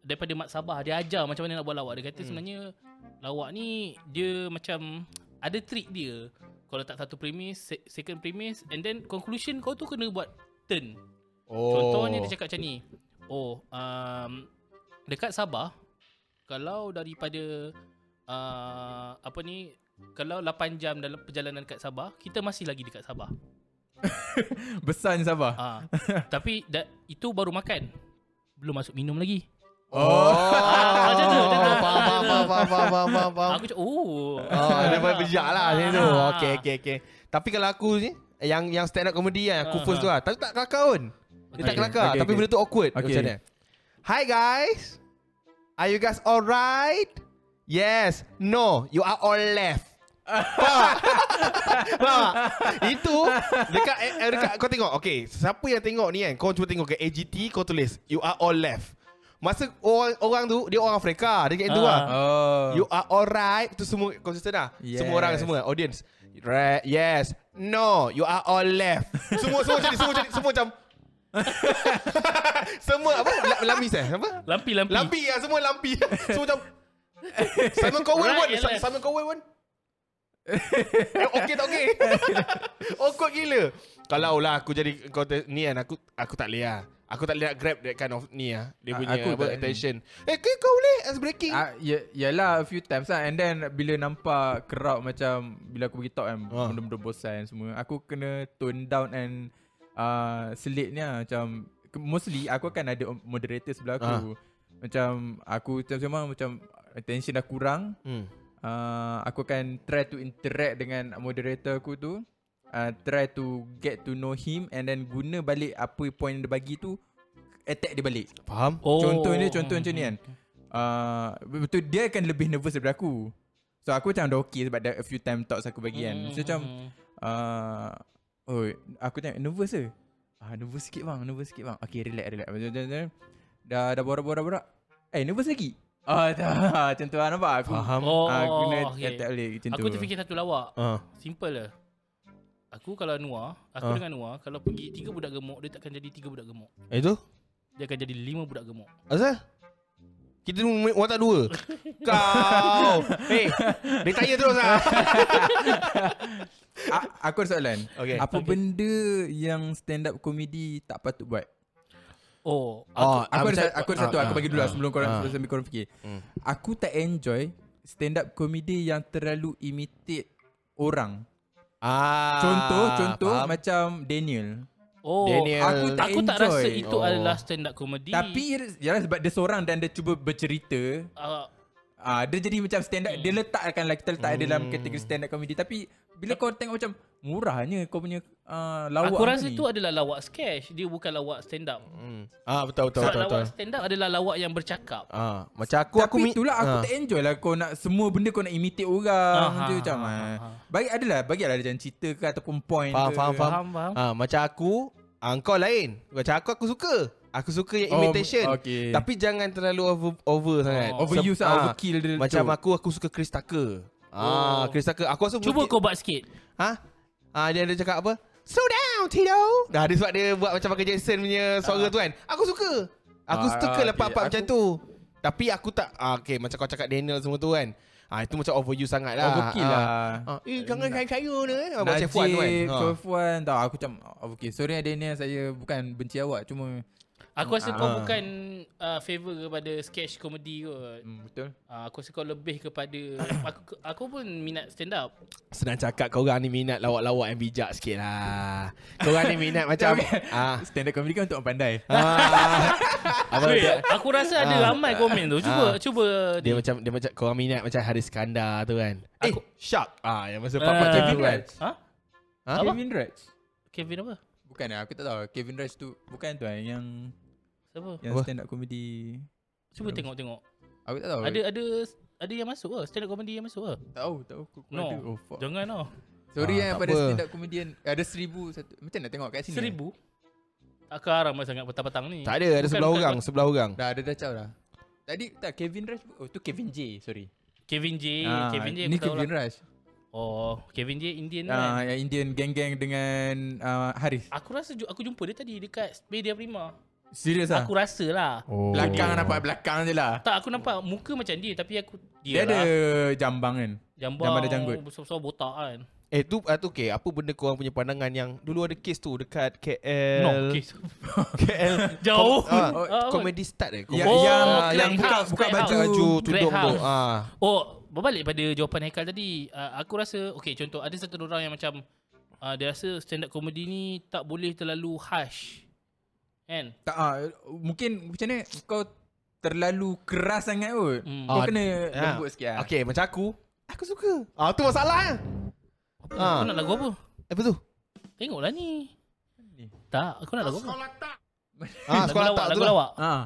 Speaker 4: Daripada Mat Sabah Dia ajar macam mana nak buat lawak Dia kata hmm. sebenarnya Lawak ni Dia macam Ada trick dia Kau letak satu premise se- Second premise And then conclusion kau tu kena buat Turn
Speaker 1: Oh.
Speaker 4: Contohnya dia cakap macam ni Oh um, Dekat Sabah Kalau daripada uh, Apa ni Kalau 8 jam dalam perjalanan dekat Sabah Kita masih lagi dekat Sabah
Speaker 5: Besar ni Sabah
Speaker 4: ha. Tapi da, itu baru makan Belum masuk minum lagi
Speaker 1: Oh.
Speaker 4: macam tu, macam tu.
Speaker 1: Faham, faham, faham, faham, Ah, faham, faham, faham.
Speaker 4: Aku cakap oh
Speaker 1: Oh, dia paling bijak lah macam tu.
Speaker 4: Ah.
Speaker 1: Okey, okey, okey. Tapi kalau aku ni, yang yang stand up comedy kan, aku
Speaker 4: Ah,
Speaker 1: first
Speaker 4: ah.
Speaker 1: tu lah. Tapi tak kelakar pun. Dia tak
Speaker 4: Okay.
Speaker 1: kelakar,
Speaker 5: okay,
Speaker 1: tapi
Speaker 5: okay.
Speaker 1: benda tu awkward
Speaker 5: Okay.
Speaker 1: macam ni. Hi guys. Are you guys alright? Yes. No, you are all left. Faham? Faham? Itu dekat, eh, eh, dekat kau tengok. Okay, siapa yang tengok ni kan? Kau cuma tengok ke AGT, kau tulis you are all left. Masa orang orang tu dia orang Afrika, dia kat itu
Speaker 4: Ah.
Speaker 1: lah.
Speaker 5: Oh.
Speaker 1: You are alright Tu semua konsisten dah yes.
Speaker 5: Yes.
Speaker 1: Semua orang semua Audience right, Yes No You are all left Semua semua jadi Semua jadi Semua macam Semua apa La- Lamis eh Apa
Speaker 4: Lampi lampi.
Speaker 1: Lampi ya Semua lampi Semua macam Simon Cowell
Speaker 4: Right
Speaker 1: pun
Speaker 4: and left.
Speaker 1: Simon Cowell pun eh, Okay tak okay Awkward gila Kalau lah aku jadi kau te- Ni kan aku Aku tak boleh lah Aku tak boleh nak grab that kind of ni lah Dia
Speaker 5: Ah,
Speaker 1: punya
Speaker 5: aku
Speaker 1: apa,
Speaker 5: tak-
Speaker 1: attention Eh kau kau boleh As breaking
Speaker 5: Ah, ya, yalah a few times lah And then bila nampak crowd macam Bila aku beritahu kan
Speaker 1: Ah.
Speaker 5: Benda-benda bosan semua Aku kena tone down and uh, Selitnya macam ke- Mostly aku akan ada moderator sebelah
Speaker 1: Ah.
Speaker 5: aku Macam aku macam memang macam Attention dah kurang
Speaker 1: hmm.
Speaker 5: uh, Aku akan try to interact dengan moderator aku tu uh, Try to get to know him And then guna balik apa point dia bagi tu Attack dia balik
Speaker 1: Faham?
Speaker 4: Oh.
Speaker 5: Contoh dia contoh macam ni kan. Ah uh, betul dia akan lebih nervous daripada aku. So aku macam dah okay sebab dah a few time talks aku bagi kan.
Speaker 4: Hmm.
Speaker 5: So macam ah uh, oh aku tengok nervous ke? Ah nervous sikit bang, nervous sikit bang. Okay relax relax. Macam macam- macam dah dah borak-borak-borak. Eh nervous lagi. Ah dah macam tu lah nampak aku.
Speaker 1: Faham?
Speaker 4: Oh,
Speaker 5: Ah, guna
Speaker 4: okay.
Speaker 5: attack balik macam tu.
Speaker 4: Aku terfikir satu lawak.
Speaker 1: Ah.
Speaker 4: Simple lah. Aku kalau Nuah, aku
Speaker 1: Ah.
Speaker 4: dengan Nuah kalau pergi tiga budak gemuk, dia takkan jadi tiga budak gemuk.
Speaker 1: Itu?
Speaker 4: Dia akan jadi lima budak gemuk.
Speaker 1: Eh, Asal? Kita ni watak dua Kau Hei Dia tanya terus lah
Speaker 5: A- Ah, aku ada soalan.
Speaker 1: Okay.
Speaker 5: Apa benda yang stand up comedy tak patut buat?
Speaker 1: Oh,
Speaker 4: Oh,
Speaker 5: Aku
Speaker 1: ah,
Speaker 5: ada,
Speaker 1: macam-
Speaker 5: satu, aku ada satu
Speaker 1: ah,
Speaker 5: Aku
Speaker 1: ah,
Speaker 5: bagi dulu lah
Speaker 1: ah,
Speaker 5: Sebelum korang
Speaker 1: ah.
Speaker 5: Sebelum korang fikir
Speaker 1: Hmm.
Speaker 5: Aku tak enjoy Stand up comedy Yang terlalu imitate Orang
Speaker 1: ah,
Speaker 5: Contoh Contoh
Speaker 1: faham.
Speaker 5: Macam Daniel
Speaker 4: oh.
Speaker 1: Daniel.
Speaker 5: Aku tak
Speaker 4: Aku tak
Speaker 5: enjoy.
Speaker 4: rasa itu
Speaker 1: Oh.
Speaker 4: adalah stand up comedy.
Speaker 5: Tapi Yalah sebab dia seorang Dan dia cuba bercerita
Speaker 4: uh,
Speaker 5: ah Dia jadi macam stand up
Speaker 4: Hmm.
Speaker 5: Dia letakkan lah Kita letak dia dalam
Speaker 1: Hmm.
Speaker 5: Kategori stand up comedy Tapi Bila kau tengok macam Murahnya kau punya ah, Lawak
Speaker 4: aku rasa
Speaker 5: ni.
Speaker 4: itu adalah lawak sketch, dia bukan lawak stand up.
Speaker 1: hmm. Ah betul betul
Speaker 4: Sebab
Speaker 1: betul, betul.
Speaker 4: lawak stand up adalah lawak yang bercakap.
Speaker 1: Ah, Macam aku
Speaker 5: Aku,
Speaker 1: aku
Speaker 5: Tapi
Speaker 1: mi-
Speaker 5: itulah aku
Speaker 1: ah.
Speaker 5: tak enjoy lah Kau nak semua benda kau nak imitate orang
Speaker 4: Ah,
Speaker 5: Macam
Speaker 4: ah,
Speaker 5: macam
Speaker 4: ah,
Speaker 5: ah.
Speaker 4: ah.
Speaker 5: Bagi adalah Bagi adalah macam cerita ke Ataupun point
Speaker 1: Faham
Speaker 5: ke.
Speaker 1: faham faham,
Speaker 4: Faham, faham.
Speaker 1: Ah, Macam aku ah, Kau lain Macam aku aku suka Aku suka yang
Speaker 5: Oh,
Speaker 1: imitation
Speaker 5: okay.
Speaker 1: Tapi jangan terlalu over, over sangat
Speaker 4: Oh.
Speaker 5: Overuse
Speaker 1: Seb-
Speaker 5: lah,
Speaker 1: ah,
Speaker 5: overkill dia
Speaker 1: Macam
Speaker 5: tu.
Speaker 1: aku aku suka Chris Tucker Ah,
Speaker 4: Oh.
Speaker 1: Chris Tucker Aku rasa mungkin-
Speaker 4: Cuba kau buat sikit.
Speaker 1: Ha? Ah dia ada cakap apa? Slow down, Tito. Dah ada sebab dia buat macam Michael Jackson punya suara tu kan. Aku suka. Aku
Speaker 5: Ah,
Speaker 1: suka lah
Speaker 5: okay.
Speaker 1: part-part
Speaker 5: Aku-
Speaker 1: macam tu. Tapi aku tak ah, okay macam kau cakap Daniel semua tu kan. Ah itu macam overuse sangat lah.
Speaker 5: Overkill
Speaker 1: Ah.
Speaker 5: lah.
Speaker 1: Ah, eh jangan saya-saya ni. Ah, macam
Speaker 5: Najib,
Speaker 1: Fuan tu kan. Ha.
Speaker 5: Chef Wan Ah. Tahu aku macam oh, Okay sorry lah Daniel Saya bukan benci awak Cuma
Speaker 4: Aku rasa kau
Speaker 1: Ah.
Speaker 4: bukan uh, favor kepada sketch komedi kot.
Speaker 5: hmm, Betul
Speaker 4: Uh, aku rasa kau lebih kepada aku aku pun minat stand up.
Speaker 1: Senang cakap kau orang ni minat lawak-lawak yang bijak sikit lah. Kau orang ni minat macam ah.
Speaker 5: Stand up comedy kan untuk orang pandai
Speaker 1: ah. Apa dia?
Speaker 4: Wait, aku rasa ada
Speaker 1: Ah.
Speaker 4: ramai komen tu. Cuba
Speaker 1: Ah.
Speaker 4: cuba
Speaker 1: Dia macam dia macam kau orang minat macam Haris Kandar tu kan. Eh,
Speaker 4: Aku-
Speaker 1: Shark. Ah, yang masa
Speaker 4: Ah.
Speaker 1: part-part tu
Speaker 5: Kevin
Speaker 1: kan.
Speaker 5: Rex
Speaker 4: Ha?
Speaker 1: Ha?
Speaker 4: Apa?
Speaker 5: Kevin Rex
Speaker 4: Kevin apa?
Speaker 5: Bukan lah aku tak tahu Kevin Rex tu Bukan tu kan Yang
Speaker 4: Siapa?
Speaker 5: Yang
Speaker 1: Apa?
Speaker 5: stand up comedy
Speaker 4: Cuba tengok-tengok.
Speaker 5: Aku tak tahu
Speaker 4: Ada ada ada yang masuk ke? Stand up comedy yang masuk ke?
Speaker 5: Tak tahu Tak tahu aku
Speaker 4: No.
Speaker 5: ada. oh, fuck.
Speaker 4: Jangan lah. tau.
Speaker 5: Sorry
Speaker 1: Ah,
Speaker 5: ah,
Speaker 1: tak
Speaker 5: pada
Speaker 1: apa.
Speaker 5: stand up comedian Ada seribu satu Macam nak tengok kat sini eh.
Speaker 4: Seribu? Takkan haram lah sangat petang-petang ni.
Speaker 1: Tak ada, ada
Speaker 4: Bukan,
Speaker 1: sebelah
Speaker 4: bukan,
Speaker 1: orang, sebelah orang.
Speaker 5: Dah ada dah caw dah Tadi tak Kevin Rush Oh tu Kevin J Sorry
Speaker 4: Kevin J,
Speaker 5: Ah,
Speaker 4: Eh, Kevin J
Speaker 5: Ni
Speaker 4: aku tahu
Speaker 5: Kevin
Speaker 4: lah.
Speaker 5: Rush
Speaker 4: Oh, Kevin J Indian kan.
Speaker 5: Ah, yang Indian gang-gang dengan ah, Haris.
Speaker 4: Aku rasa ju- aku jumpa dia tadi dekat Media Prima.
Speaker 5: Serius ah.
Speaker 4: Aku rasa lah.
Speaker 1: Oh.
Speaker 5: Belakang nampak belakang je lah.
Speaker 4: Tak aku nampak muka macam dia tapi aku dia,
Speaker 5: Dia ada
Speaker 4: lah.
Speaker 5: jambang kan.
Speaker 4: jambang,
Speaker 5: jamban ada janggut.
Speaker 4: Besar-besar botak kan.
Speaker 1: Eh tu ah, tu okey, apa benda kau orang punya pandangan yang dulu ada kes tu dekat KL.
Speaker 4: No, okay.
Speaker 1: KL.
Speaker 4: Jauh.
Speaker 1: Ah,
Speaker 5: oh,
Speaker 4: Ah, apa?
Speaker 1: comedy start eh. Comedy-
Speaker 5: Ya,
Speaker 4: Oh,
Speaker 5: yang
Speaker 4: Greg
Speaker 5: yang buka
Speaker 4: House,
Speaker 5: buka
Speaker 4: Greg
Speaker 5: baju.
Speaker 4: House.
Speaker 1: baju tudung
Speaker 4: Greg
Speaker 1: tu.
Speaker 4: House.
Speaker 1: Ah.
Speaker 4: Oh, berbalik pada jawapan Haikal tadi. Uh, aku rasa, okay contoh ada satu orang yang macam uh, dia rasa stand up comedy ni tak boleh terlalu harsh. Kan?
Speaker 5: Tak ah, mungkin macam mana kau terlalu keras sangat kot.
Speaker 4: Hmm.
Speaker 5: Kau
Speaker 1: Ah,
Speaker 5: kena
Speaker 1: ah.
Speaker 5: lembut sikit ah.
Speaker 1: Okey, macam aku, aku suka. Ah tu masalahnya.
Speaker 4: Apa,
Speaker 1: Ah.
Speaker 4: Aku nak lagu apa?
Speaker 1: Apa tu?
Speaker 4: Tengoklah ni. Tak, aku nak lagu apa?
Speaker 1: Ah
Speaker 4: Lagu
Speaker 1: sekolah
Speaker 4: lawak,
Speaker 1: tak tu.
Speaker 4: lagu
Speaker 1: lah.
Speaker 4: lawak.
Speaker 5: Ah.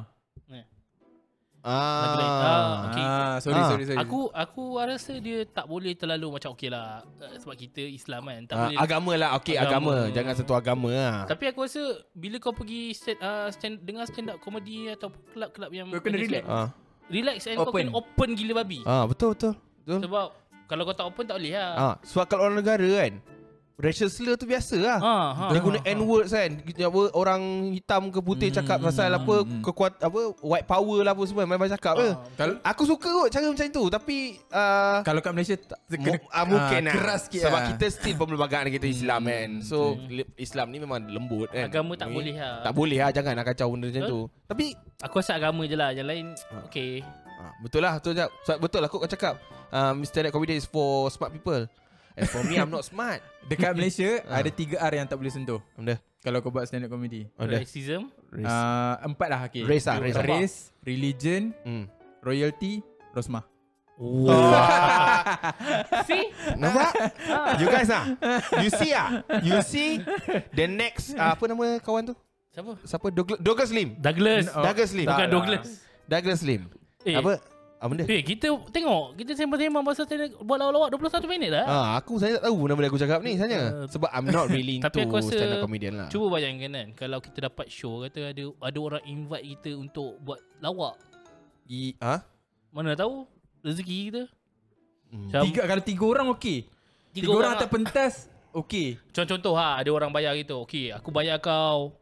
Speaker 4: Lagu lain. Ah,
Speaker 1: Ah.
Speaker 4: okay.
Speaker 5: Ah, sorry,
Speaker 1: Ah.
Speaker 5: sorry, sorry.
Speaker 4: Aku aku rasa dia tak boleh terlalu macam okey lah uh, sebab kita Islam kan. Tak
Speaker 1: Ah,
Speaker 4: boleh.
Speaker 1: agama lah Okey agama.
Speaker 4: Agama.
Speaker 1: Jangan satu agama lah
Speaker 4: Tapi aku rasa bila kau pergi stand, uh, stand dengar stand up comedy atau kelab-kelab yang
Speaker 5: Kau kena
Speaker 4: ada
Speaker 5: relax.
Speaker 4: stand-
Speaker 1: ah.
Speaker 4: Relax and kau
Speaker 5: Open.
Speaker 4: kena open gila babi.
Speaker 1: ah betul betul Betul
Speaker 4: Sebab kalau kau tak open tak boleh lah.
Speaker 1: ah, Sebab kalau orang negara kan Racial slur tu biasa lah
Speaker 4: Ah, ha,
Speaker 1: Dia guna
Speaker 4: ha, ha.
Speaker 1: N-words kan Dia apa, Orang hitam ke putih
Speaker 5: Hmm,
Speaker 1: cakap pasal
Speaker 5: hmm,
Speaker 1: apa
Speaker 5: hmm.
Speaker 1: kekuat apa White power lah apa semua Memang cakap ke
Speaker 4: Ah.
Speaker 5: Kalau
Speaker 1: Aku suka kot cara macam tu Tapi uh,
Speaker 5: kalau kat Malaysia tak
Speaker 1: mu, ah, mungkin
Speaker 5: ah,
Speaker 1: lah
Speaker 5: keras sikit
Speaker 1: Sebab
Speaker 5: lah.
Speaker 1: kita still perlembagaan kita Islam kan So le- Islam ni memang lembut kan
Speaker 4: Hmm, Agama tak
Speaker 1: Ni-
Speaker 4: boleh lah.
Speaker 1: Tak boleh lah Jangan lah kacau benda macam tu Tapi
Speaker 4: Aku rasa agama je lah Yang lain
Speaker 1: Ah.
Speaker 4: Okay
Speaker 1: Ah, betul lah betul jap. Sebab betul lah kot kau cakap. Uh, Mr. Net Comedy is for smart people. And for me I'm not smart.
Speaker 5: dekat Malaysia
Speaker 1: Ah.
Speaker 5: ada 3 R yang tak boleh sentuh
Speaker 1: Benda.
Speaker 5: kalau kau buat stand up comedy.
Speaker 1: Benda.
Speaker 4: Racism
Speaker 1: Ah.
Speaker 5: Ah, empat lah okay.
Speaker 1: Race lah, race
Speaker 5: race,
Speaker 1: lah.
Speaker 5: race religion,
Speaker 1: Hmm.
Speaker 5: royalty, rosmah. Ah.
Speaker 4: See
Speaker 1: Nampak?
Speaker 4: ha.
Speaker 1: You guys ah. You see ah. You see the next ah, apa nama kawan tu?
Speaker 4: Siapa
Speaker 1: Siapa Douglas, Douglas Lim.
Speaker 4: Douglas
Speaker 5: Oh,
Speaker 1: Douglas Lim.
Speaker 4: Bukan
Speaker 5: tak lah.
Speaker 4: Douglas
Speaker 1: Douglas Lim.
Speaker 4: Eh.
Speaker 1: Apa? Ah benda.
Speaker 4: Eh kita tengok Kita sembang-sembang Pasal stand- buat lawak-lawak 21 minit lah
Speaker 1: Ah, aku saya tak tahu nama dia aku cakap ni sebenarnya. Sebab I'm not really into
Speaker 4: Ah. Tapi aku rasa
Speaker 1: stand up comedian lah.
Speaker 4: Cuba bayangkan kan Kalau kita dapat show Kata ada ada orang invite kita Untuk buat lawak
Speaker 1: I, ha?
Speaker 4: Mana tahu Rezeki kita
Speaker 1: Hmm.
Speaker 4: Macam-
Speaker 5: Tiga kalau tiga orang okey. Tiga, orang
Speaker 1: lah.
Speaker 5: atas pentas okey.
Speaker 4: Contoh-contoh ha, Ada orang bayar kita Okay aku bayar kau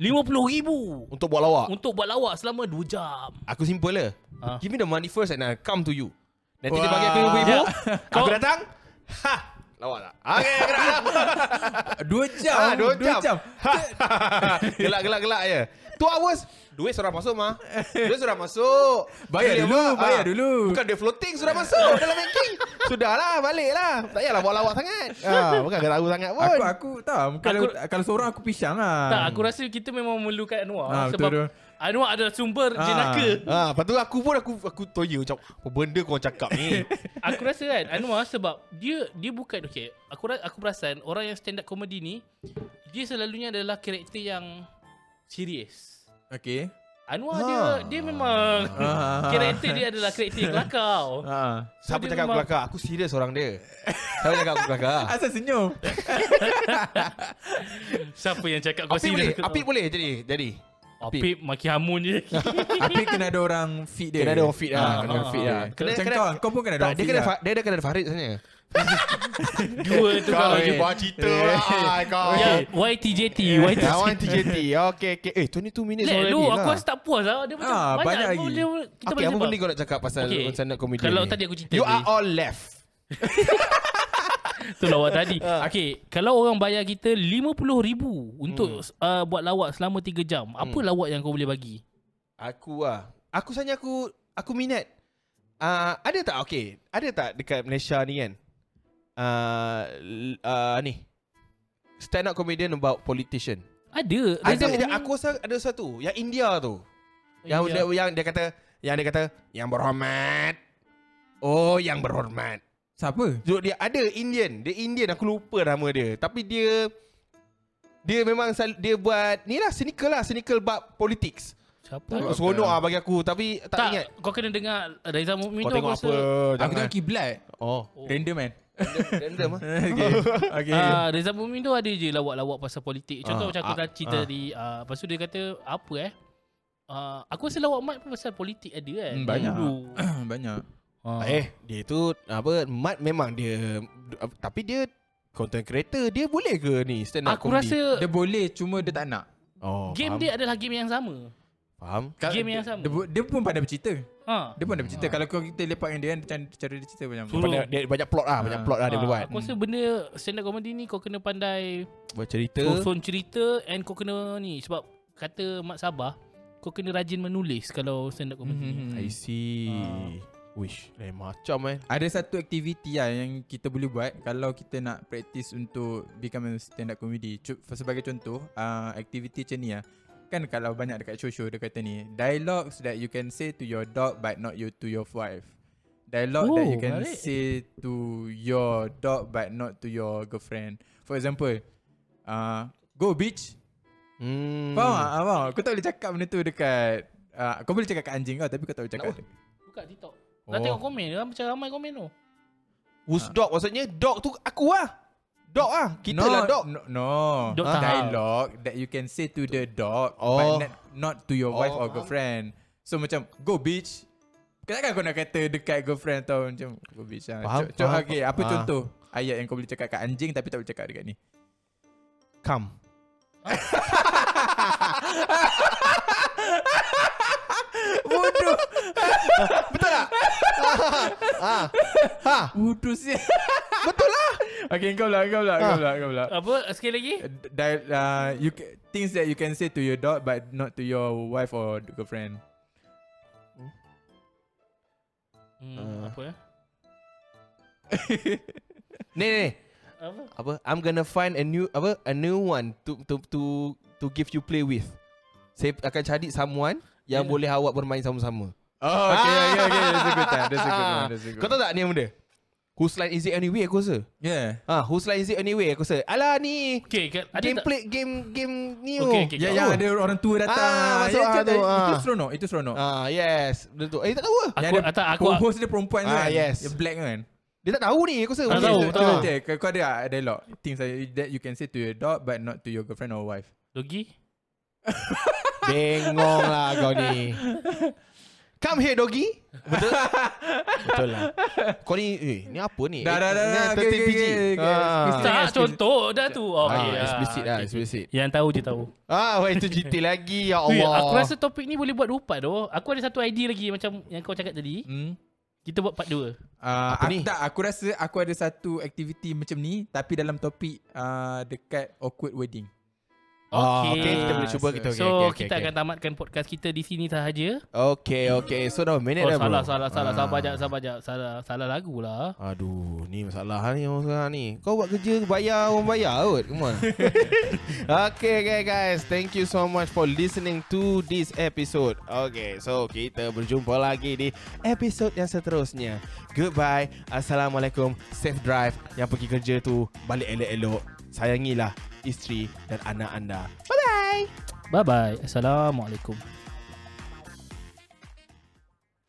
Speaker 4: RM50,000
Speaker 1: Untuk buat lawak.
Speaker 4: Untuk buat lawak selama 2 jam
Speaker 1: Aku simple lah.
Speaker 4: Ah. Ya.
Speaker 1: Give me the money first and I'll come to you. Nanti dia
Speaker 5: Wah.
Speaker 1: bagi aku ribu-ribu. Aku
Speaker 4: Kau-
Speaker 1: datang. Ha. Lawak tak? Okay, gerak lah.
Speaker 5: Dua jam.
Speaker 1: Ah, dua jam. Gelak-gelak-gelak je. Two hours. Duit sudah masuk mah. Duit sudah masuk. Boleh,
Speaker 5: Bayar dulu,
Speaker 1: mah.
Speaker 5: bayar
Speaker 1: Ah.
Speaker 5: dulu.
Speaker 1: Bukan duit floating sudah masuk dalam banking. Sudahlah, baliklah. lah. Tak payahlah buat lawak sangat. Ah, bukan kau tahu sangat pun.
Speaker 5: Aku aku tak kalau
Speaker 4: Aku-
Speaker 5: kalau seorang aku pisang lah.
Speaker 4: Tak, aku rasa kita memang memerlukan Anwar
Speaker 5: Ah,
Speaker 4: sebab
Speaker 5: betul, betul.
Speaker 4: Anwar adalah sumber
Speaker 5: Ah.
Speaker 4: jenaka.
Speaker 1: Ah, lepas tu aku pun aku aku toya macam apa benda kau orang cakap ni.
Speaker 4: Aku rasa kan Anwar sebab dia dia bukan okey. Aku ra- aku perasan orang yang stand up comedy ni dia selalunya adalah karakter yang serius.
Speaker 5: Okey.
Speaker 4: Anwar
Speaker 1: Ah.
Speaker 4: dia dia memang
Speaker 5: Ah.
Speaker 4: karakter dia adalah karakter yang kelakau.
Speaker 5: Ha.
Speaker 1: Siapa
Speaker 4: dia
Speaker 1: cakap aku
Speaker 4: memang-
Speaker 1: kelakar? Aku serius orang dia. Siapa cakap aku kelakar?
Speaker 5: Asal senyum.
Speaker 4: Siapa yang cakap kau
Speaker 1: Apik boleh,
Speaker 4: serius?
Speaker 1: Apik boleh jadi. Jadi.
Speaker 4: Apip maki hamun je.
Speaker 5: Tapi kena ada orang feed dia.
Speaker 1: Kena ada orang feed lah, kena
Speaker 5: Kena
Speaker 1: orang
Speaker 5: feed
Speaker 1: feed
Speaker 5: lah.
Speaker 1: lah. Kena-
Speaker 5: Macam
Speaker 1: kena-
Speaker 5: kau, kau pun kena ada
Speaker 1: Tak,
Speaker 5: orang
Speaker 1: dia
Speaker 5: feed
Speaker 1: kena
Speaker 5: lah.
Speaker 1: fa- dia ada kena ada Farid sebenarnya.
Speaker 4: Dua tu kalau
Speaker 1: je
Speaker 4: you
Speaker 1: buat cerita lah
Speaker 5: ah,
Speaker 1: ai, kau.
Speaker 4: Ya, YTJT, YTJT.
Speaker 1: Kawan TJT. Okay, okay. Eh, 22 minutes
Speaker 4: Lek
Speaker 1: already
Speaker 4: lu,
Speaker 1: lah.
Speaker 4: aku rasa tak puas lah. Dia macam
Speaker 5: Ah,
Speaker 4: banyak,
Speaker 5: banyak lagi.
Speaker 4: boleh, kita
Speaker 1: Okay,
Speaker 4: boleh
Speaker 1: apa
Speaker 4: sebab.
Speaker 1: benda kau nak cakap pasal
Speaker 4: Okey.
Speaker 1: okay. stand up comedy
Speaker 4: Kalau
Speaker 1: ni?
Speaker 4: tadi aku cerita
Speaker 1: You
Speaker 4: tadi.
Speaker 1: are all left.
Speaker 4: Tu lawak lah, tadi.
Speaker 1: Ah.
Speaker 4: Okey, kalau orang bayar kita RM50,000 untuk
Speaker 1: Hmm.
Speaker 4: uh, buat lawak selama 3 jam, apa lawak yang kau boleh bagi?
Speaker 1: Aku lah. Aku sebenarnya aku aku minat. Uh, ada tak? Okay. Ada tak dekat Malaysia ni kan? Uh, uh, ni. Stand up comedian about politician.
Speaker 4: Ada. Oh,
Speaker 1: Ada, ada aku rasa ada satu yang India tu. Yang
Speaker 4: Ya,
Speaker 1: dia, yang dia kata yang dia kata yang berhormat. Oh, yang berhormat.
Speaker 5: Siapa?
Speaker 1: So, dia ada Indian. Dia Indian aku lupa nama dia. Tapi dia dia memang sel- dia buat ni lah cynical lah cynical bab politics.
Speaker 4: Siapa?
Speaker 1: Aku seronok ah bagi aku tapi tak,
Speaker 4: Tak,
Speaker 1: ingat.
Speaker 4: kau kena dengar Reza Mukmin
Speaker 1: Kau
Speaker 4: tu
Speaker 1: tengok apa?
Speaker 4: aku rasa
Speaker 5: Aku
Speaker 1: jangan.
Speaker 5: tengok kiblat.
Speaker 1: Oh.
Speaker 5: Random man.
Speaker 1: Random ah.
Speaker 5: Okay. Okay.
Speaker 4: Ah, Reza Mukmin tu ada je lawak-lawak pasal politik. Contoh
Speaker 1: Ah,
Speaker 4: macam aku
Speaker 1: ah,
Speaker 4: dah cerita
Speaker 1: ah.
Speaker 4: tadi, ah, lepas tu dia kata apa eh? Ah, aku rasa lawak Mat pun pasal politik ada kan.
Speaker 5: Hmm, banyak.
Speaker 4: Dulu.
Speaker 5: Banyak.
Speaker 4: Ah.
Speaker 1: Eh, dia tu apa Mat memang dia tapi dia content creator dia boleh ke ni stand up
Speaker 4: Aku
Speaker 1: comedy?
Speaker 4: rasa
Speaker 5: Dia boleh cuma dia tak nak.
Speaker 1: oh,
Speaker 4: game
Speaker 1: faham.
Speaker 4: dia adalah game yang sama.
Speaker 1: faham.
Speaker 5: Kal-
Speaker 4: Game yang sama.
Speaker 5: Dia, bu- dia pun pandai bercerita.
Speaker 4: Ha.
Speaker 5: Dia pun pandai
Speaker 1: Ah.
Speaker 5: bercerita. Kalau kau kita lepak dengan dia kan macam cara dia cerita macam.
Speaker 4: Suruh.
Speaker 1: Pada, dia banyak plot lah, banyak plot lah dia
Speaker 4: Ah,
Speaker 1: boleh buat.
Speaker 4: Aku rasa benda stand up comedy ni kau kena pandai
Speaker 1: Buat cerita.
Speaker 4: susun cerita and kau kena ni sebab kata Mat Sabah kau kena rajin menulis kalau stand up comedy. Mm-hmm.
Speaker 5: Hmm.
Speaker 1: I see.
Speaker 4: Hmm.
Speaker 1: Wish, lain macam eh.
Speaker 5: Ada satu aktiviti lah yang kita boleh buat kalau kita nak practice untuk become a stand up comedy. Co- sebagai contoh, uh, aktiviti macam ni lah. Kan kalau banyak dekat show-show dia kata ni, dialogues that you can say to your dog but not you to your wife. Dialogue that
Speaker 4: Oh,
Speaker 5: you can
Speaker 4: menarik.
Speaker 5: say to your dog but not to your girlfriend. For example, uh, go bitch.
Speaker 1: Hmm.
Speaker 4: Hmm.
Speaker 5: Faham tak? Faham tak? Kau tak boleh cakap benda tu dekat Ah, kau boleh cakap kat anjing kau tapi kau tak boleh cakap.
Speaker 1: Mm-hmm.
Speaker 4: Buka TikTok. Dah
Speaker 1: Oh.
Speaker 4: tengok komen dia macam ramai komen tu.
Speaker 1: Who's dog maksudnya Dog tu aku lah Dog lah Kita
Speaker 5: no,
Speaker 1: lah dog
Speaker 5: No, no.
Speaker 4: Dog
Speaker 5: Ah.
Speaker 4: tahap.
Speaker 5: dialogue that you can say to the dog oh.
Speaker 1: Oh.
Speaker 5: but not, not to your wife
Speaker 1: Oh,
Speaker 5: or girlfriend. So macam go bitch. Kenapa kau nak kata dekat girlfriend atau macam go bitch lah.
Speaker 1: Faham,
Speaker 5: Co- co-
Speaker 1: faham.
Speaker 5: Okay, apa
Speaker 1: Ah.
Speaker 5: contoh ayat yang kau boleh cakap kat anjing tapi tak boleh cakap dekat ni?
Speaker 1: Come
Speaker 5: Bodoh.
Speaker 1: Betul tak? ha. ha.
Speaker 5: Bodoh sih. Betul lah. Okay, kau lah, kau lah, kau
Speaker 1: Ah.
Speaker 5: lah, kau lah.
Speaker 4: Apa sekali lagi?
Speaker 5: Di- uh, you ca- things that you can say to your dog but not to your wife or girlfriend.
Speaker 4: Hmm,
Speaker 1: Ah.
Speaker 4: apa ya?
Speaker 1: Ni ni ni.
Speaker 4: Apa?
Speaker 1: Apa I'm gonna find a new Apa A new one To to to to give you play with Saya akan cari someone Yang
Speaker 4: Yalah.
Speaker 1: boleh awak bermain sama-sama
Speaker 5: Oh, okay, okay, okay. That's a good time. That's a good
Speaker 1: Ah.
Speaker 5: one. That's a good
Speaker 1: Kau tahu tak ni yang benda Whose line is it anyway aku rasa
Speaker 5: one. Yeah.
Speaker 1: Ah, whose line is it anyway aku rasa Alah ni
Speaker 4: Okey, kan ada tak?
Speaker 1: Gameplay game game ni tu.
Speaker 4: Okey, okey,
Speaker 5: Ya,
Speaker 4: okey.
Speaker 5: yang ada orang tua datang.
Speaker 1: Ah, masuk
Speaker 5: Ya,
Speaker 1: ah
Speaker 5: itu-
Speaker 1: tu, ah.
Speaker 5: Itu seronok, itu seronok.
Speaker 1: Ah yes Benda tu Eh tak tahu lah
Speaker 5: Yang
Speaker 4: Aku-
Speaker 5: ada
Speaker 4: tak, aku-
Speaker 5: host dia perempuan tu
Speaker 1: Ah,
Speaker 5: kan.
Speaker 1: yes.
Speaker 5: Dia black kan.
Speaker 1: Dia tak tahu ni aku rasa
Speaker 4: Tak
Speaker 1: Macam
Speaker 4: tahu,
Speaker 1: tu.
Speaker 4: betul.
Speaker 1: Ah.
Speaker 5: Okay, kau, kau ada ah, dialog. Things that you- that you can say to your dog but not to your girlfriend or wife.
Speaker 4: Dogi?
Speaker 1: Bengong lah kau ni Come here doggy Betul Betul lah Kau ni Eh ni apa ni
Speaker 5: Dah, dah, dah,
Speaker 1: Ni
Speaker 5: dah.
Speaker 1: 13
Speaker 5: Okay, okay,
Speaker 1: PG.
Speaker 5: okay, okay.
Speaker 1: Ah.
Speaker 5: Excuse me.
Speaker 4: Tak,
Speaker 5: explicit.
Speaker 4: contoh dah tu.
Speaker 1: Ah,
Speaker 4: Okey. ah,
Speaker 1: Explicit lah
Speaker 4: okey, okey.
Speaker 1: Explicit
Speaker 4: Yang tahu je tahu.
Speaker 1: Ah wah, itu detail lagi Ya
Speaker 4: Weh,
Speaker 1: Allah
Speaker 4: aku rasa topik ni boleh buat dua part doh. Aku ada satu idea lagi macam yang kau cakap tadi.
Speaker 5: Hmm.
Speaker 4: Kita buat part 2.
Speaker 5: Ah,
Speaker 1: Apa
Speaker 5: aku,
Speaker 1: ni?
Speaker 5: tak, aku rasa aku ada satu aktiviti macam ni tapi dalam topik ah, dekat awkward wedding.
Speaker 1: Ah,
Speaker 4: Okey.
Speaker 1: okay, kita boleh cuba
Speaker 5: so-
Speaker 1: kita okay,
Speaker 4: so
Speaker 1: okay, okay,
Speaker 4: kita
Speaker 1: okay.
Speaker 4: akan tamatkan podcast kita di sini sahaja.
Speaker 1: Okay okay So dah minit
Speaker 4: Oh,
Speaker 1: dah
Speaker 4: salah,
Speaker 1: bro
Speaker 4: salah, salah,
Speaker 1: Ah.
Speaker 4: sabar jap, sabar jap. Salah, salah lagu lah.
Speaker 1: Aduh, ni masalah ni orang sekarang ni. Kau buat kerja bayar orang bayar kot. Come on. okay, okay guys. Thank you so much for listening to this episode. Okay, so kita berjumpa lagi di episod yang seterusnya. Goodbye. Assalamualaikum. Safe drive. Yang pergi kerja tu balik elok-elok. Sayangilah isteri dan anak anda. Bye-bye.
Speaker 4: Bye bye. Assalamualaikum.